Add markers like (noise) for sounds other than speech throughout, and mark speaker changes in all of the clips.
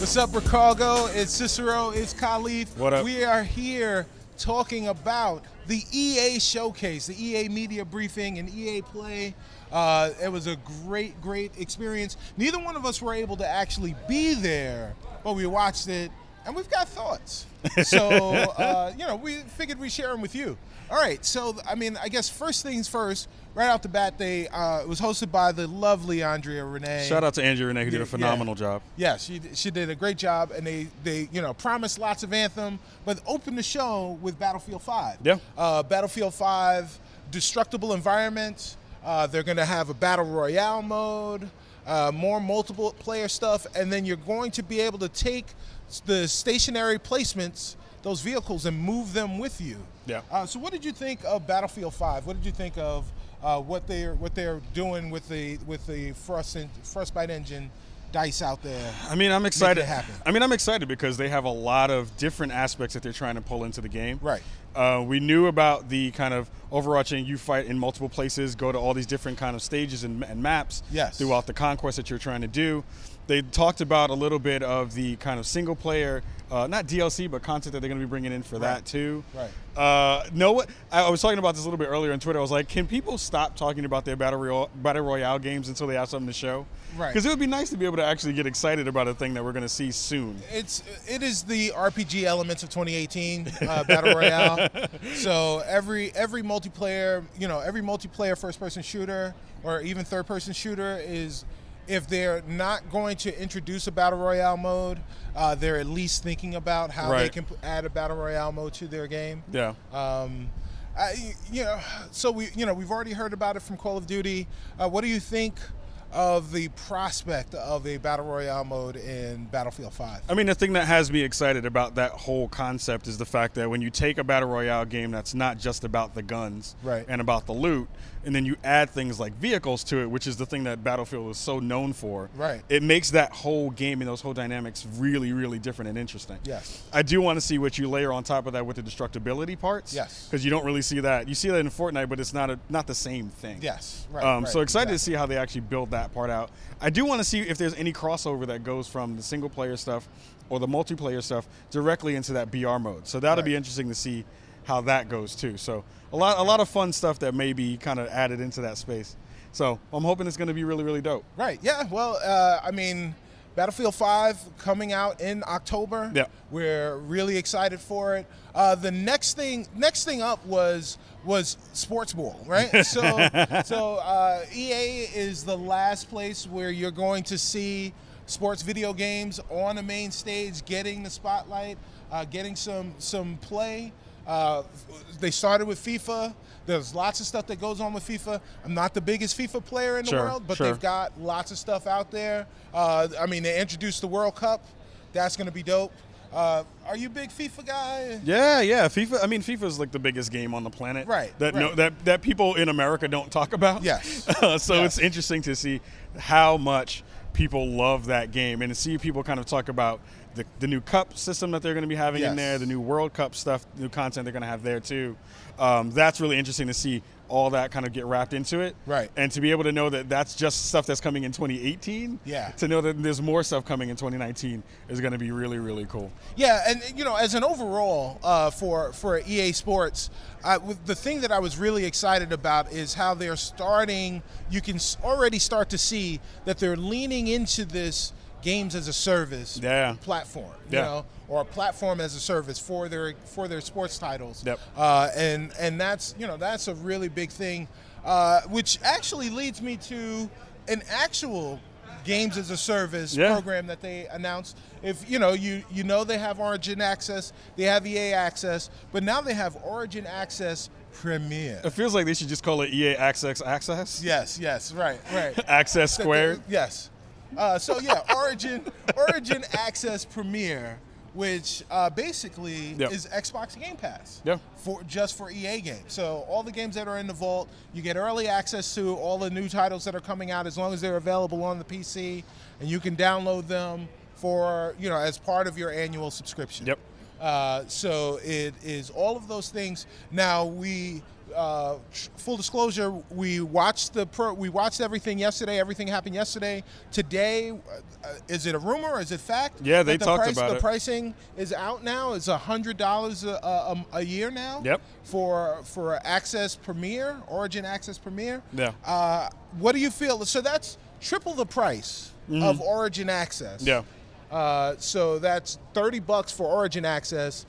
Speaker 1: What's up, Ricardo? It's Cicero. It's Khalif.
Speaker 2: What up?
Speaker 1: We are here talking about the EA showcase, the EA media briefing, and EA play. Uh, it was a great, great experience. Neither one of us were able to actually be there, but we watched it and we've got
Speaker 2: (laughs)
Speaker 1: thoughts. So, uh, you know, we figured we'd share them with you. All right. So, I mean, I guess first things first, right off the bat, they uh, it was hosted by the lovely Andrea Renee.
Speaker 2: Shout out to Andrew Renee who did
Speaker 1: Yeah.
Speaker 2: a phenomenal job.
Speaker 1: Yeah, she she did a great job, and they they you know promised lots of anthem, but opened the show with Battlefield Five.
Speaker 2: Yeah.
Speaker 1: uh, Battlefield Five, destructible environments. Uh, they're going to have a battle royale mode, uh, more multiple player stuff, and then you're going to be able to take s- the stationary placements, those vehicles, and move them with you.
Speaker 2: Yeah.
Speaker 1: Uh, so, what did you think of Battlefield Five? What did you think of uh, what they're what they're doing with the with the Frost en- Frostbite engine dice out there?
Speaker 2: I mean, I'm excited.
Speaker 1: happen.
Speaker 2: I mean, I'm excited because they have a lot of different aspects that they're trying to pull into the game.
Speaker 1: Right.
Speaker 2: Uh, we knew about the kind of overarching you fight in multiple places, go to all these different kind of stages and, and maps
Speaker 1: Yes.
Speaker 2: throughout the conquest that you're trying to do. They talked about a little bit of the kind of single player, uh, not DLC, but content that they're going to be bringing in for that too.
Speaker 1: Right.
Speaker 2: Uh, no, what I, I was talking about this a little bit earlier on Twitter. I was like, can people stop talking about their battle royale, battle royale games until they have something to show?
Speaker 1: Right.
Speaker 2: Because it would be nice to be able to actually get excited about a thing that we're going to see soon.
Speaker 1: It's it is the RPG elements of 2018 uh, battle
Speaker 2: (laughs)
Speaker 1: royale. So every every multiplayer, you know, every multiplayer first person shooter or even third person shooter is if they're not going to introduce a battle royale mode, uh, they're at least thinking about how they
Speaker 2: Right.
Speaker 1: can p- add a battle royale mode to their game.
Speaker 2: Yeah.
Speaker 1: Um, I, you know, so we, you know, we've already heard about it from Call of Duty. Uh, what do you think of the prospect of a battle royale mode in Battlefield Five?
Speaker 2: I mean, the thing that has me excited about that whole concept is the fact that when you take a battle royale game that's not just about the guns
Speaker 1: Right.
Speaker 2: and about the loot, and then you add things like vehicles to it, which is the thing that Battlefield was so known for.
Speaker 1: Right.
Speaker 2: It makes that whole game and those whole dynamics really, really different and interesting.
Speaker 1: Yes.
Speaker 2: I do want to see what you layer on top of that with the destructibility parts.
Speaker 1: Yes.
Speaker 2: Because you don't really see that. You see that in Fortnite, but it's not a not the same thing.
Speaker 1: Yes, right,
Speaker 2: Um,
Speaker 1: right,
Speaker 2: so excited
Speaker 1: exactly.
Speaker 2: to see how they actually build that part out. I do want to see if there's any crossover that goes from the single player stuff or the multiplayer stuff directly into that BR mode. So that'll be
Speaker 1: Right.
Speaker 2: interesting to see how that goes too. So a lot a lot of fun stuff that may be kind of added into that space. So I'm hoping it's going to be really really dope.
Speaker 1: Right. Yeah. Well, uh, I mean, Battlefield 5 coming out in October.
Speaker 2: Yeah.
Speaker 1: We're really excited for it. Uh, the next thing, next thing up was was Sports Bowl, right? So, so uh, EA is the last place where you're going to see sports video games on the main stage, getting the spotlight, uh, getting some some play. Uh, they started with FIFA. There's lots of stuff that goes on with FIFA. I'm not the biggest FIFA player in the
Speaker 2: Sure,
Speaker 1: world, but
Speaker 2: sure.
Speaker 1: they've got lots of stuff out there. Uh, I mean, they introduced the World Cup. That's going to be dope. Uh, are you a big FIFA guy?
Speaker 2: Yeah, yeah. FIFA. I mean, FIFA is like the biggest game on the planet.
Speaker 1: Right,
Speaker 2: That
Speaker 1: right.
Speaker 2: No, that that people in America don't talk about. (laughs) Uh,
Speaker 1: Yes.
Speaker 2: so it's interesting to see how much people love that game and to see people kind of talk about the, the new cup system that they're going to be having
Speaker 1: Yes.
Speaker 2: in there, the new World Cup stuff, new content they're going to have there too. Um, that's really interesting to see all that kind of get wrapped into it.
Speaker 1: Right.
Speaker 2: And to be able to know that that's just stuff that's coming in 2018.
Speaker 1: Yeah.
Speaker 2: To know that there's more stuff coming in 2019 is going to be really, really cool.
Speaker 1: Yeah, and you know, as an overall uh, for for EA Sports, I, with- the thing that I was really excited about is how they're starting. You can s- already start to see that they're leaning into this games as a service
Speaker 2: Yeah.
Speaker 1: platform. You
Speaker 2: Yeah.
Speaker 1: know, or a platform as a service for their for their sports titles.
Speaker 2: Yep.
Speaker 1: Uh, and and that's you know that's a really big thing, uh, which actually leads me to an actual games as a service
Speaker 2: Yeah.
Speaker 1: program that they announced. If you know you you know they have Origin access, they have EA access, but now they have Origin access Premier.
Speaker 2: It feels like they should just call it EA Access Access.
Speaker 1: Yes, yes, right, right.
Speaker 2: Access
Speaker 1: That
Speaker 2: Square.
Speaker 1: they- Yes. Uh, so yeah, Origin Origin Access Premier, which uh, basically
Speaker 2: Yep.
Speaker 1: is Xbox Game Pass.
Speaker 2: Yeah.
Speaker 1: For just for EA games, so all the games that are in the vault, you get early access to all the new titles that are coming out as long as they're available on the PC, and you can download them for you know as part of your annual subscription.
Speaker 2: Yep.
Speaker 1: Uh, so it is all of those things. Now we. Uh, tr- full disclosure, we watched the pro. We watched everything yesterday. Everything happened yesterday. Today, uh, uh, is it a rumor? or Is it fact?
Speaker 2: Yeah, they
Speaker 1: that the
Speaker 2: talked
Speaker 1: price,
Speaker 2: about
Speaker 1: the
Speaker 2: it.
Speaker 1: pricing is out now. It's hundred dollars a, a, a year now.
Speaker 2: Yep.
Speaker 1: For for Access Premier, Origin Access Premier.
Speaker 2: Yeah.
Speaker 1: Uh, what do you feel? So that's triple the price of Origin Access.
Speaker 2: Mm-hmm. Yeah.
Speaker 1: Uh, so that's thirty bucks for Origin Access,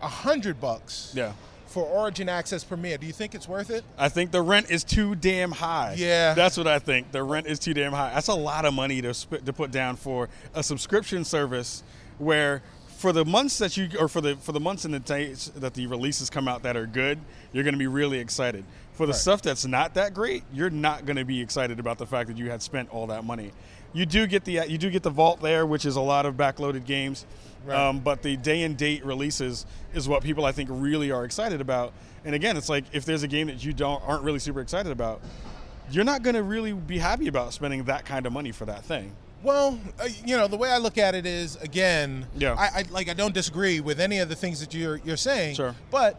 Speaker 1: hundred bucks.
Speaker 2: Yeah.
Speaker 1: For Origin Access Premier, do you think it's worth it?
Speaker 2: I think the rent is too damn high.
Speaker 1: Yeah.
Speaker 2: that's what I think. The rent is too damn high. That's a lot of money to sp- to put down for a subscription service where. For the months that you, or for the for the months and the days that the releases come out that are good, you're going to be really excited. For the
Speaker 1: Right.
Speaker 2: stuff that's not that great, you're not going to be excited about the fact that you had spent all that money. You do get the you do get the vault there, which is a lot of backloaded games.
Speaker 1: Right.
Speaker 2: Um, but the day and date releases is what people I think really are excited about. And again, it's like if there's a game that you don't aren't really super excited about, you're not going to really be happy about spending that kind of money for that thing.
Speaker 1: Well, uh, you know, the way I look at it is again,
Speaker 2: Yeah.
Speaker 1: I, I like I don't disagree with any of the things that you're you're saying.
Speaker 2: Sure.
Speaker 1: But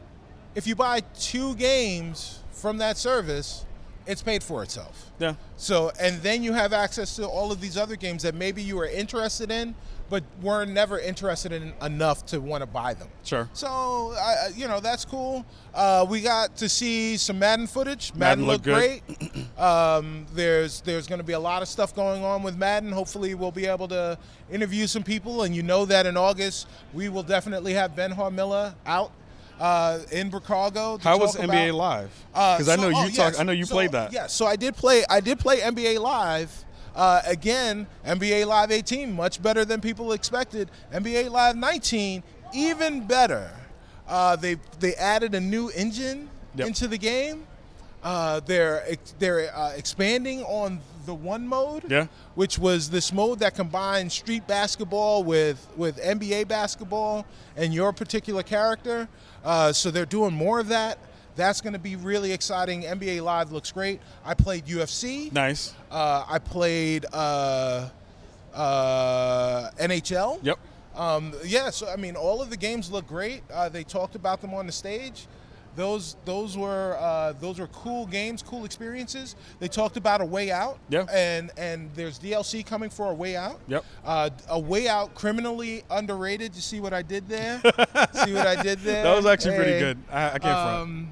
Speaker 1: if you buy two games from that service, it's paid for itself.
Speaker 2: Yeah.
Speaker 1: So and then you have access to all of these other games that maybe you were interested in, but were never interested in enough to want to buy them.
Speaker 2: Sure.
Speaker 1: So I, I- you know that's cool. Uh, we got to see some Madden footage. Madden,
Speaker 2: Madden
Speaker 1: looked
Speaker 2: looked
Speaker 1: great. (clears throat) um, there's there's going to be a lot of stuff going on with Madden. Hopefully, we'll be able to interview some people. And you know that in August we will definitely have Ben Harmilla out uh, in Bricago. to
Speaker 2: How was
Speaker 1: talk
Speaker 2: NBA
Speaker 1: about-
Speaker 2: Live?
Speaker 1: uh,
Speaker 2: Because I
Speaker 1: so-
Speaker 2: know you
Speaker 1: oh,
Speaker 2: talked.
Speaker 1: yes.
Speaker 2: I know you
Speaker 1: So,
Speaker 2: played that.
Speaker 1: Yeah, so I did play. I did play NBA Live. Uh, again, NBA Live 18, much better than people expected. NBA Live 19, even better. Uh, they they added a new engine
Speaker 2: Yep.
Speaker 1: into the game. Uh, they're ex- they're uh, expanding on the one mode,
Speaker 2: Yeah.
Speaker 1: which was this mode that combines street basketball with with NBA basketball and your particular character. Uh, so they're doing more of that. That's going to be really exciting. NBA Live looks great. I played UFC.
Speaker 2: Nice.
Speaker 1: Uh, I played uh, uh, NHL.
Speaker 2: Yep.
Speaker 1: Um, yeah, so I mean, all of the games look great. Uh, they talked about them on the stage. Those those were uh, those were cool games, cool experiences. They talked about a way out.
Speaker 2: Yeah.
Speaker 1: And and there's DLC coming for a way out.
Speaker 2: Yep.
Speaker 1: Uh, a way out, criminally underrated. You see what I did
Speaker 2: (laughs)
Speaker 1: there? see what I did there?
Speaker 2: That was actually pretty
Speaker 1: Hey.
Speaker 2: good. I, I can't front.
Speaker 1: Um,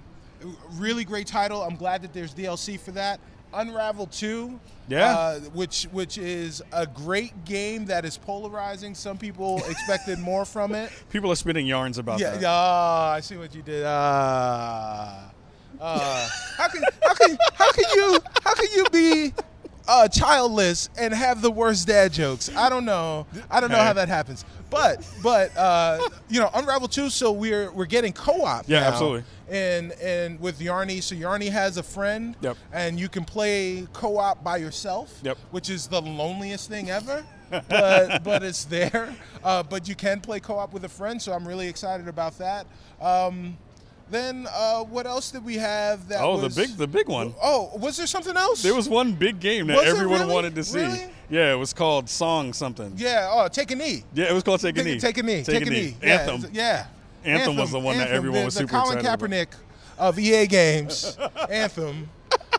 Speaker 1: really great title. I'm glad that there's DLC for that. Unravel 2.
Speaker 2: Yeah.
Speaker 1: Uh, which which is a great game that is polarizing. Some people (laughs) expected more from it.
Speaker 2: People are spinning yarns about
Speaker 1: Yeah.
Speaker 2: that.
Speaker 1: yeah, Ah, I see what you did. Ah. Ah. how can how can how can you how can you be uh, childless and have the worst dad jokes? I don't know. I don't know
Speaker 2: Hey.
Speaker 1: how that happens. But but uh, you know, Unravel 2, so we're we're getting co-op.
Speaker 2: Yeah,
Speaker 1: now.
Speaker 2: absolutely.
Speaker 1: And and with Yarny, so Yarny has a friend,
Speaker 2: Yep.
Speaker 1: and you can play co-op by yourself,
Speaker 2: Yep.
Speaker 1: which is the loneliest thing
Speaker 2: (laughs)
Speaker 1: ever. but but it's there. Uh, but you can play co-op with a friend, so I'm really excited about that. Um, then uh, what else did we have? That
Speaker 2: Oh,
Speaker 1: was,
Speaker 2: the big, the big one.
Speaker 1: Oh, was there something else?
Speaker 2: There was one big game that
Speaker 1: Was it
Speaker 2: everyone
Speaker 1: really?
Speaker 2: wanted to see.
Speaker 1: Really?
Speaker 2: Yeah, it was called Song Something.
Speaker 1: Yeah. Oh, take a knee.
Speaker 2: Yeah, it was called Take a Knee.
Speaker 1: Take a knee. Take a knee. Yeah,
Speaker 2: Anthem.
Speaker 1: it's- Yeah.
Speaker 2: Anthem was the one that everyone
Speaker 1: the,
Speaker 2: was
Speaker 1: the
Speaker 2: super
Speaker 1: Colin
Speaker 2: excited about.
Speaker 1: Kaepernick of EA
Speaker 2: (laughs)
Speaker 1: Games. Anthem.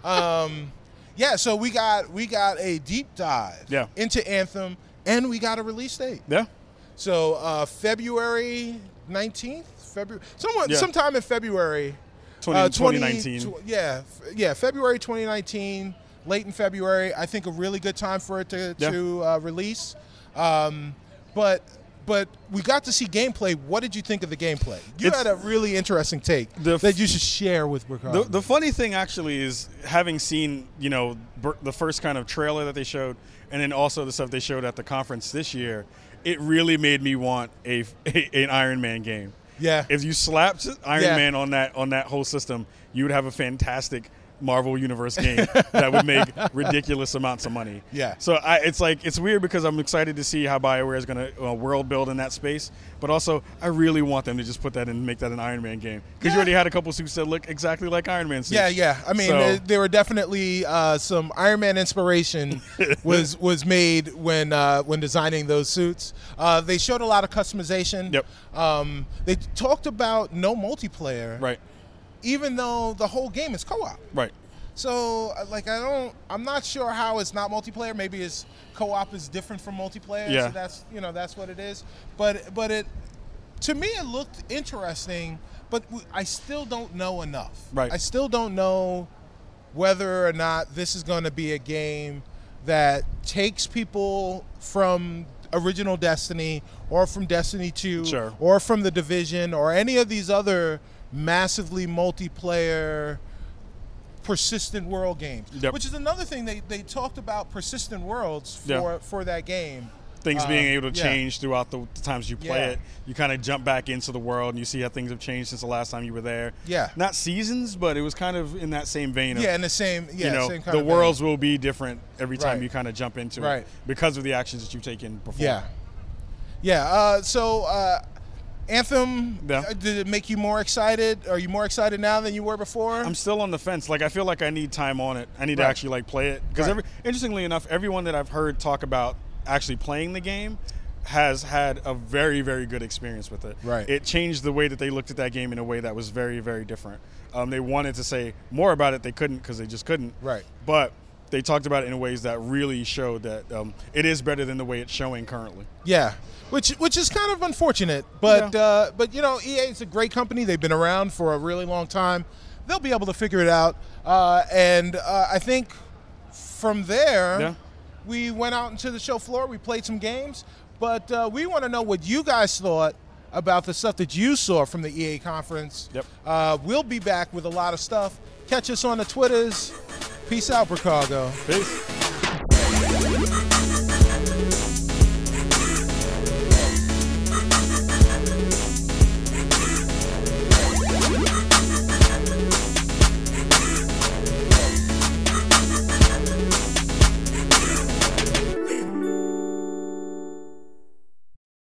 Speaker 1: Um, yeah. So we got we got a deep dive.
Speaker 2: Yeah.
Speaker 1: Into Anthem, and we got a release date.
Speaker 2: Yeah.
Speaker 1: So uh, February nineteenth, February, someone,
Speaker 2: Yeah.
Speaker 1: sometime in February, Uh,
Speaker 2: 20 2019.
Speaker 1: tw- yeah, f- yeah, February twenty nineteen, late in February. I think a really good time for it to,
Speaker 2: Yeah.
Speaker 1: to uh, release. Um, but but we got to see gameplay. What did you think of the gameplay? You
Speaker 2: It's-
Speaker 1: had a really interesting take
Speaker 2: The f-
Speaker 1: that you should share with Ricardo.
Speaker 2: The, the funny thing actually is having seen you know bur- the first kind of trailer that they showed, and then also the stuff they showed at the conference this year, it really made me want a, (laughs) a- an Iron Man game.
Speaker 1: Yeah.
Speaker 2: If you slapped Iron
Speaker 1: Yeah.
Speaker 2: Man on that on that whole system, you would have a fantastic Marvel Universe game that
Speaker 1: (laughs)
Speaker 2: would make ridiculous amounts of money.
Speaker 1: Yeah.
Speaker 2: So I, it's like it's weird because I'm excited to see how Bioware is going to uh, world build in that space, but also I really want them to just put that in and make that an Iron Man game because
Speaker 1: Yeah.
Speaker 2: you already had a couple suits that look exactly like Iron Man suits.
Speaker 1: Yeah, yeah. I mean, uh,
Speaker 2: So-
Speaker 1: there, there were definitely uh, some Iron Man
Speaker 2: (laughs)
Speaker 1: inspiration was was made when uh, when designing those suits. Uh, they showed a lot of customization.
Speaker 2: Yep.
Speaker 1: Um, they talked about no multiplayer,
Speaker 2: right,
Speaker 1: Even though the whole game is co-op.
Speaker 2: right.
Speaker 1: So, uh, like, I don't, I'm not sure how it's not multiplayer. Maybe it's co-op is different from multiplayer.
Speaker 2: Yeah.
Speaker 1: So that's, you know, that's what it is. But, but it, to me, it looked interesting. But w- I still don't know enough.
Speaker 2: Right.
Speaker 1: I still don't know whether or not this is going to be a game that takes people from original Destiny or from Destiny 2
Speaker 2: Sure.
Speaker 1: or from the Division or any of these other massively multiplayer persistent world games,
Speaker 2: Yep.
Speaker 1: which is another thing they, they talked about persistent worlds for
Speaker 2: Yeah.
Speaker 1: for that game.
Speaker 2: Things
Speaker 1: Uh,
Speaker 2: being able to
Speaker 1: yeah.
Speaker 2: change throughout the, the times you play
Speaker 1: Yeah.
Speaker 2: it, you kind of jump back into the world and you see how things have changed since the last time you were there.
Speaker 1: Yeah.
Speaker 2: not seasons, but it was kind of in that same vein. Of,
Speaker 1: Yeah, in the same yeah
Speaker 2: you know,
Speaker 1: same kind
Speaker 2: the
Speaker 1: of thing.
Speaker 2: worlds will be different every time
Speaker 1: Right.
Speaker 2: you kind of jump into
Speaker 1: Right.
Speaker 2: it because of the actions that you've taken before.
Speaker 1: Yeah, yeah. Uh, so uh, Anthem,
Speaker 2: Yeah.
Speaker 1: uh, did it make you more excited? Are you more excited now than you were before?
Speaker 2: I'm still on the fence. Like I feel like I need time on it. I need
Speaker 1: Right.
Speaker 2: to actually like play it because
Speaker 1: Right.
Speaker 2: every interestingly enough, everyone that I've heard talk about actually playing the game has had a very very good experience with it.
Speaker 1: Right.
Speaker 2: It changed the way that they looked at that game in a way that was very very different. Um, they wanted to say more about it. They couldn't because they just couldn't.
Speaker 1: Right.
Speaker 2: But they talked about it in ways that really showed that um, it is better than the way it's showing currently.
Speaker 1: Yeah, which which is kind of unfortunate, but
Speaker 2: Yeah.
Speaker 1: uh, but you know, EA is a great company. They've been around for a really long time. They'll be able to figure it out, uh, and uh, I think from there,
Speaker 2: Yeah.
Speaker 1: we went out into the show floor. We played some games, but uh, we want to know what you guys thought about the stuff that you saw from the EA conference.
Speaker 2: Yep.
Speaker 1: Uh, we'll be back with a lot of stuff. Catch us on the Twitters. Peace out, Bricago.
Speaker 2: Peace.